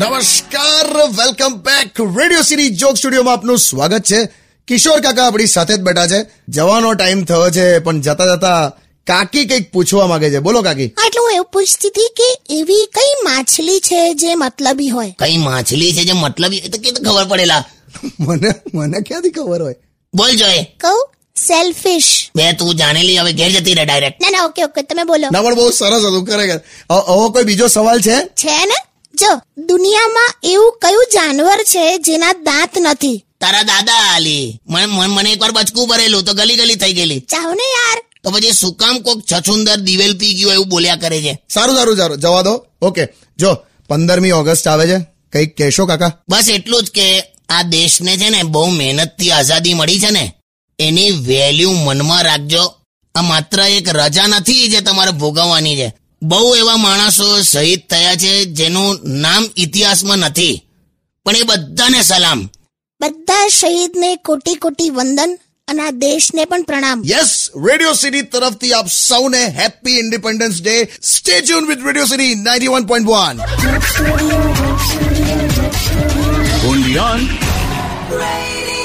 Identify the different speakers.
Speaker 1: નમસ્કાર welcome back radio city joke સ્ટુડિયોમાં આપનું સ્વાગત છે કિશોર કાકા આપણી સાથે જ બેઠા છે જવાનો ટાઈમ થયો છે પણ જતા જતા કાકી કંઈક પૂછવા માંગે છે બોલો કાકી
Speaker 2: આટલું એવું પૂછતી હતી કે એવી કઈ માછલી છે જે મતલબી હોય
Speaker 3: કઈ માછલી છે જે મતલબ એ તો કેવી ખબર પડેલા
Speaker 1: મને મને ક્યાંથી ખબર હોય
Speaker 3: બોલ જોય
Speaker 2: કહું સેલ્ફિશ
Speaker 3: બે તું જાણેલી હવે ઘેર જતી રહે ડાયરેક્ટ
Speaker 2: ના ના ઓકે ઓકે તમે બોલો
Speaker 1: ના પણ બહુ સરસ હતું ખરેખર હવે હવે કોઈ બીજો સવાલ છે
Speaker 2: છે ને જો દુનિયામાં એવું કયું જાનવર છે જેના દાંત નથી
Speaker 3: તારા દાદા આલી મને- મને મને એકવાર બચકું ભરેલું તો ગલી ગલી થઈ ગયેલી
Speaker 2: ચાહો ને યાર
Speaker 3: તો પછી સુકામ કોક છછુંદર દિવેલ પી ગયું એવું બોલ્યા કરે છે
Speaker 1: સારું સારું સારું જવા દો ઓકે જો પંદરમી ઓગસ્ટ આવે છે કંઈક કહેશો કાકા
Speaker 3: બસ એટલું જ કે આ દેશને છે ને બહુ મહેનતથી આઝાદી મળી છે ને એની વેલ્યુ મનમાં રાખજો આ માત્ર એક રજા નથી જે તમારે ભોગવવાની છે બહુ એવા માણસો શહીદ થયા છે જેનું નામ ઇતિહાસમાં નથી પણ એ બધાને સલામ
Speaker 2: બધા શહીદને કોટી કોટી વંદન અને આ દેશને પણ પ્રણામ
Speaker 1: યસ રેડિયો સિટી તરફથી આપ સૌને happy independence day stay tune with radio city 91.1
Speaker 4: Undian.
Speaker 5: Radio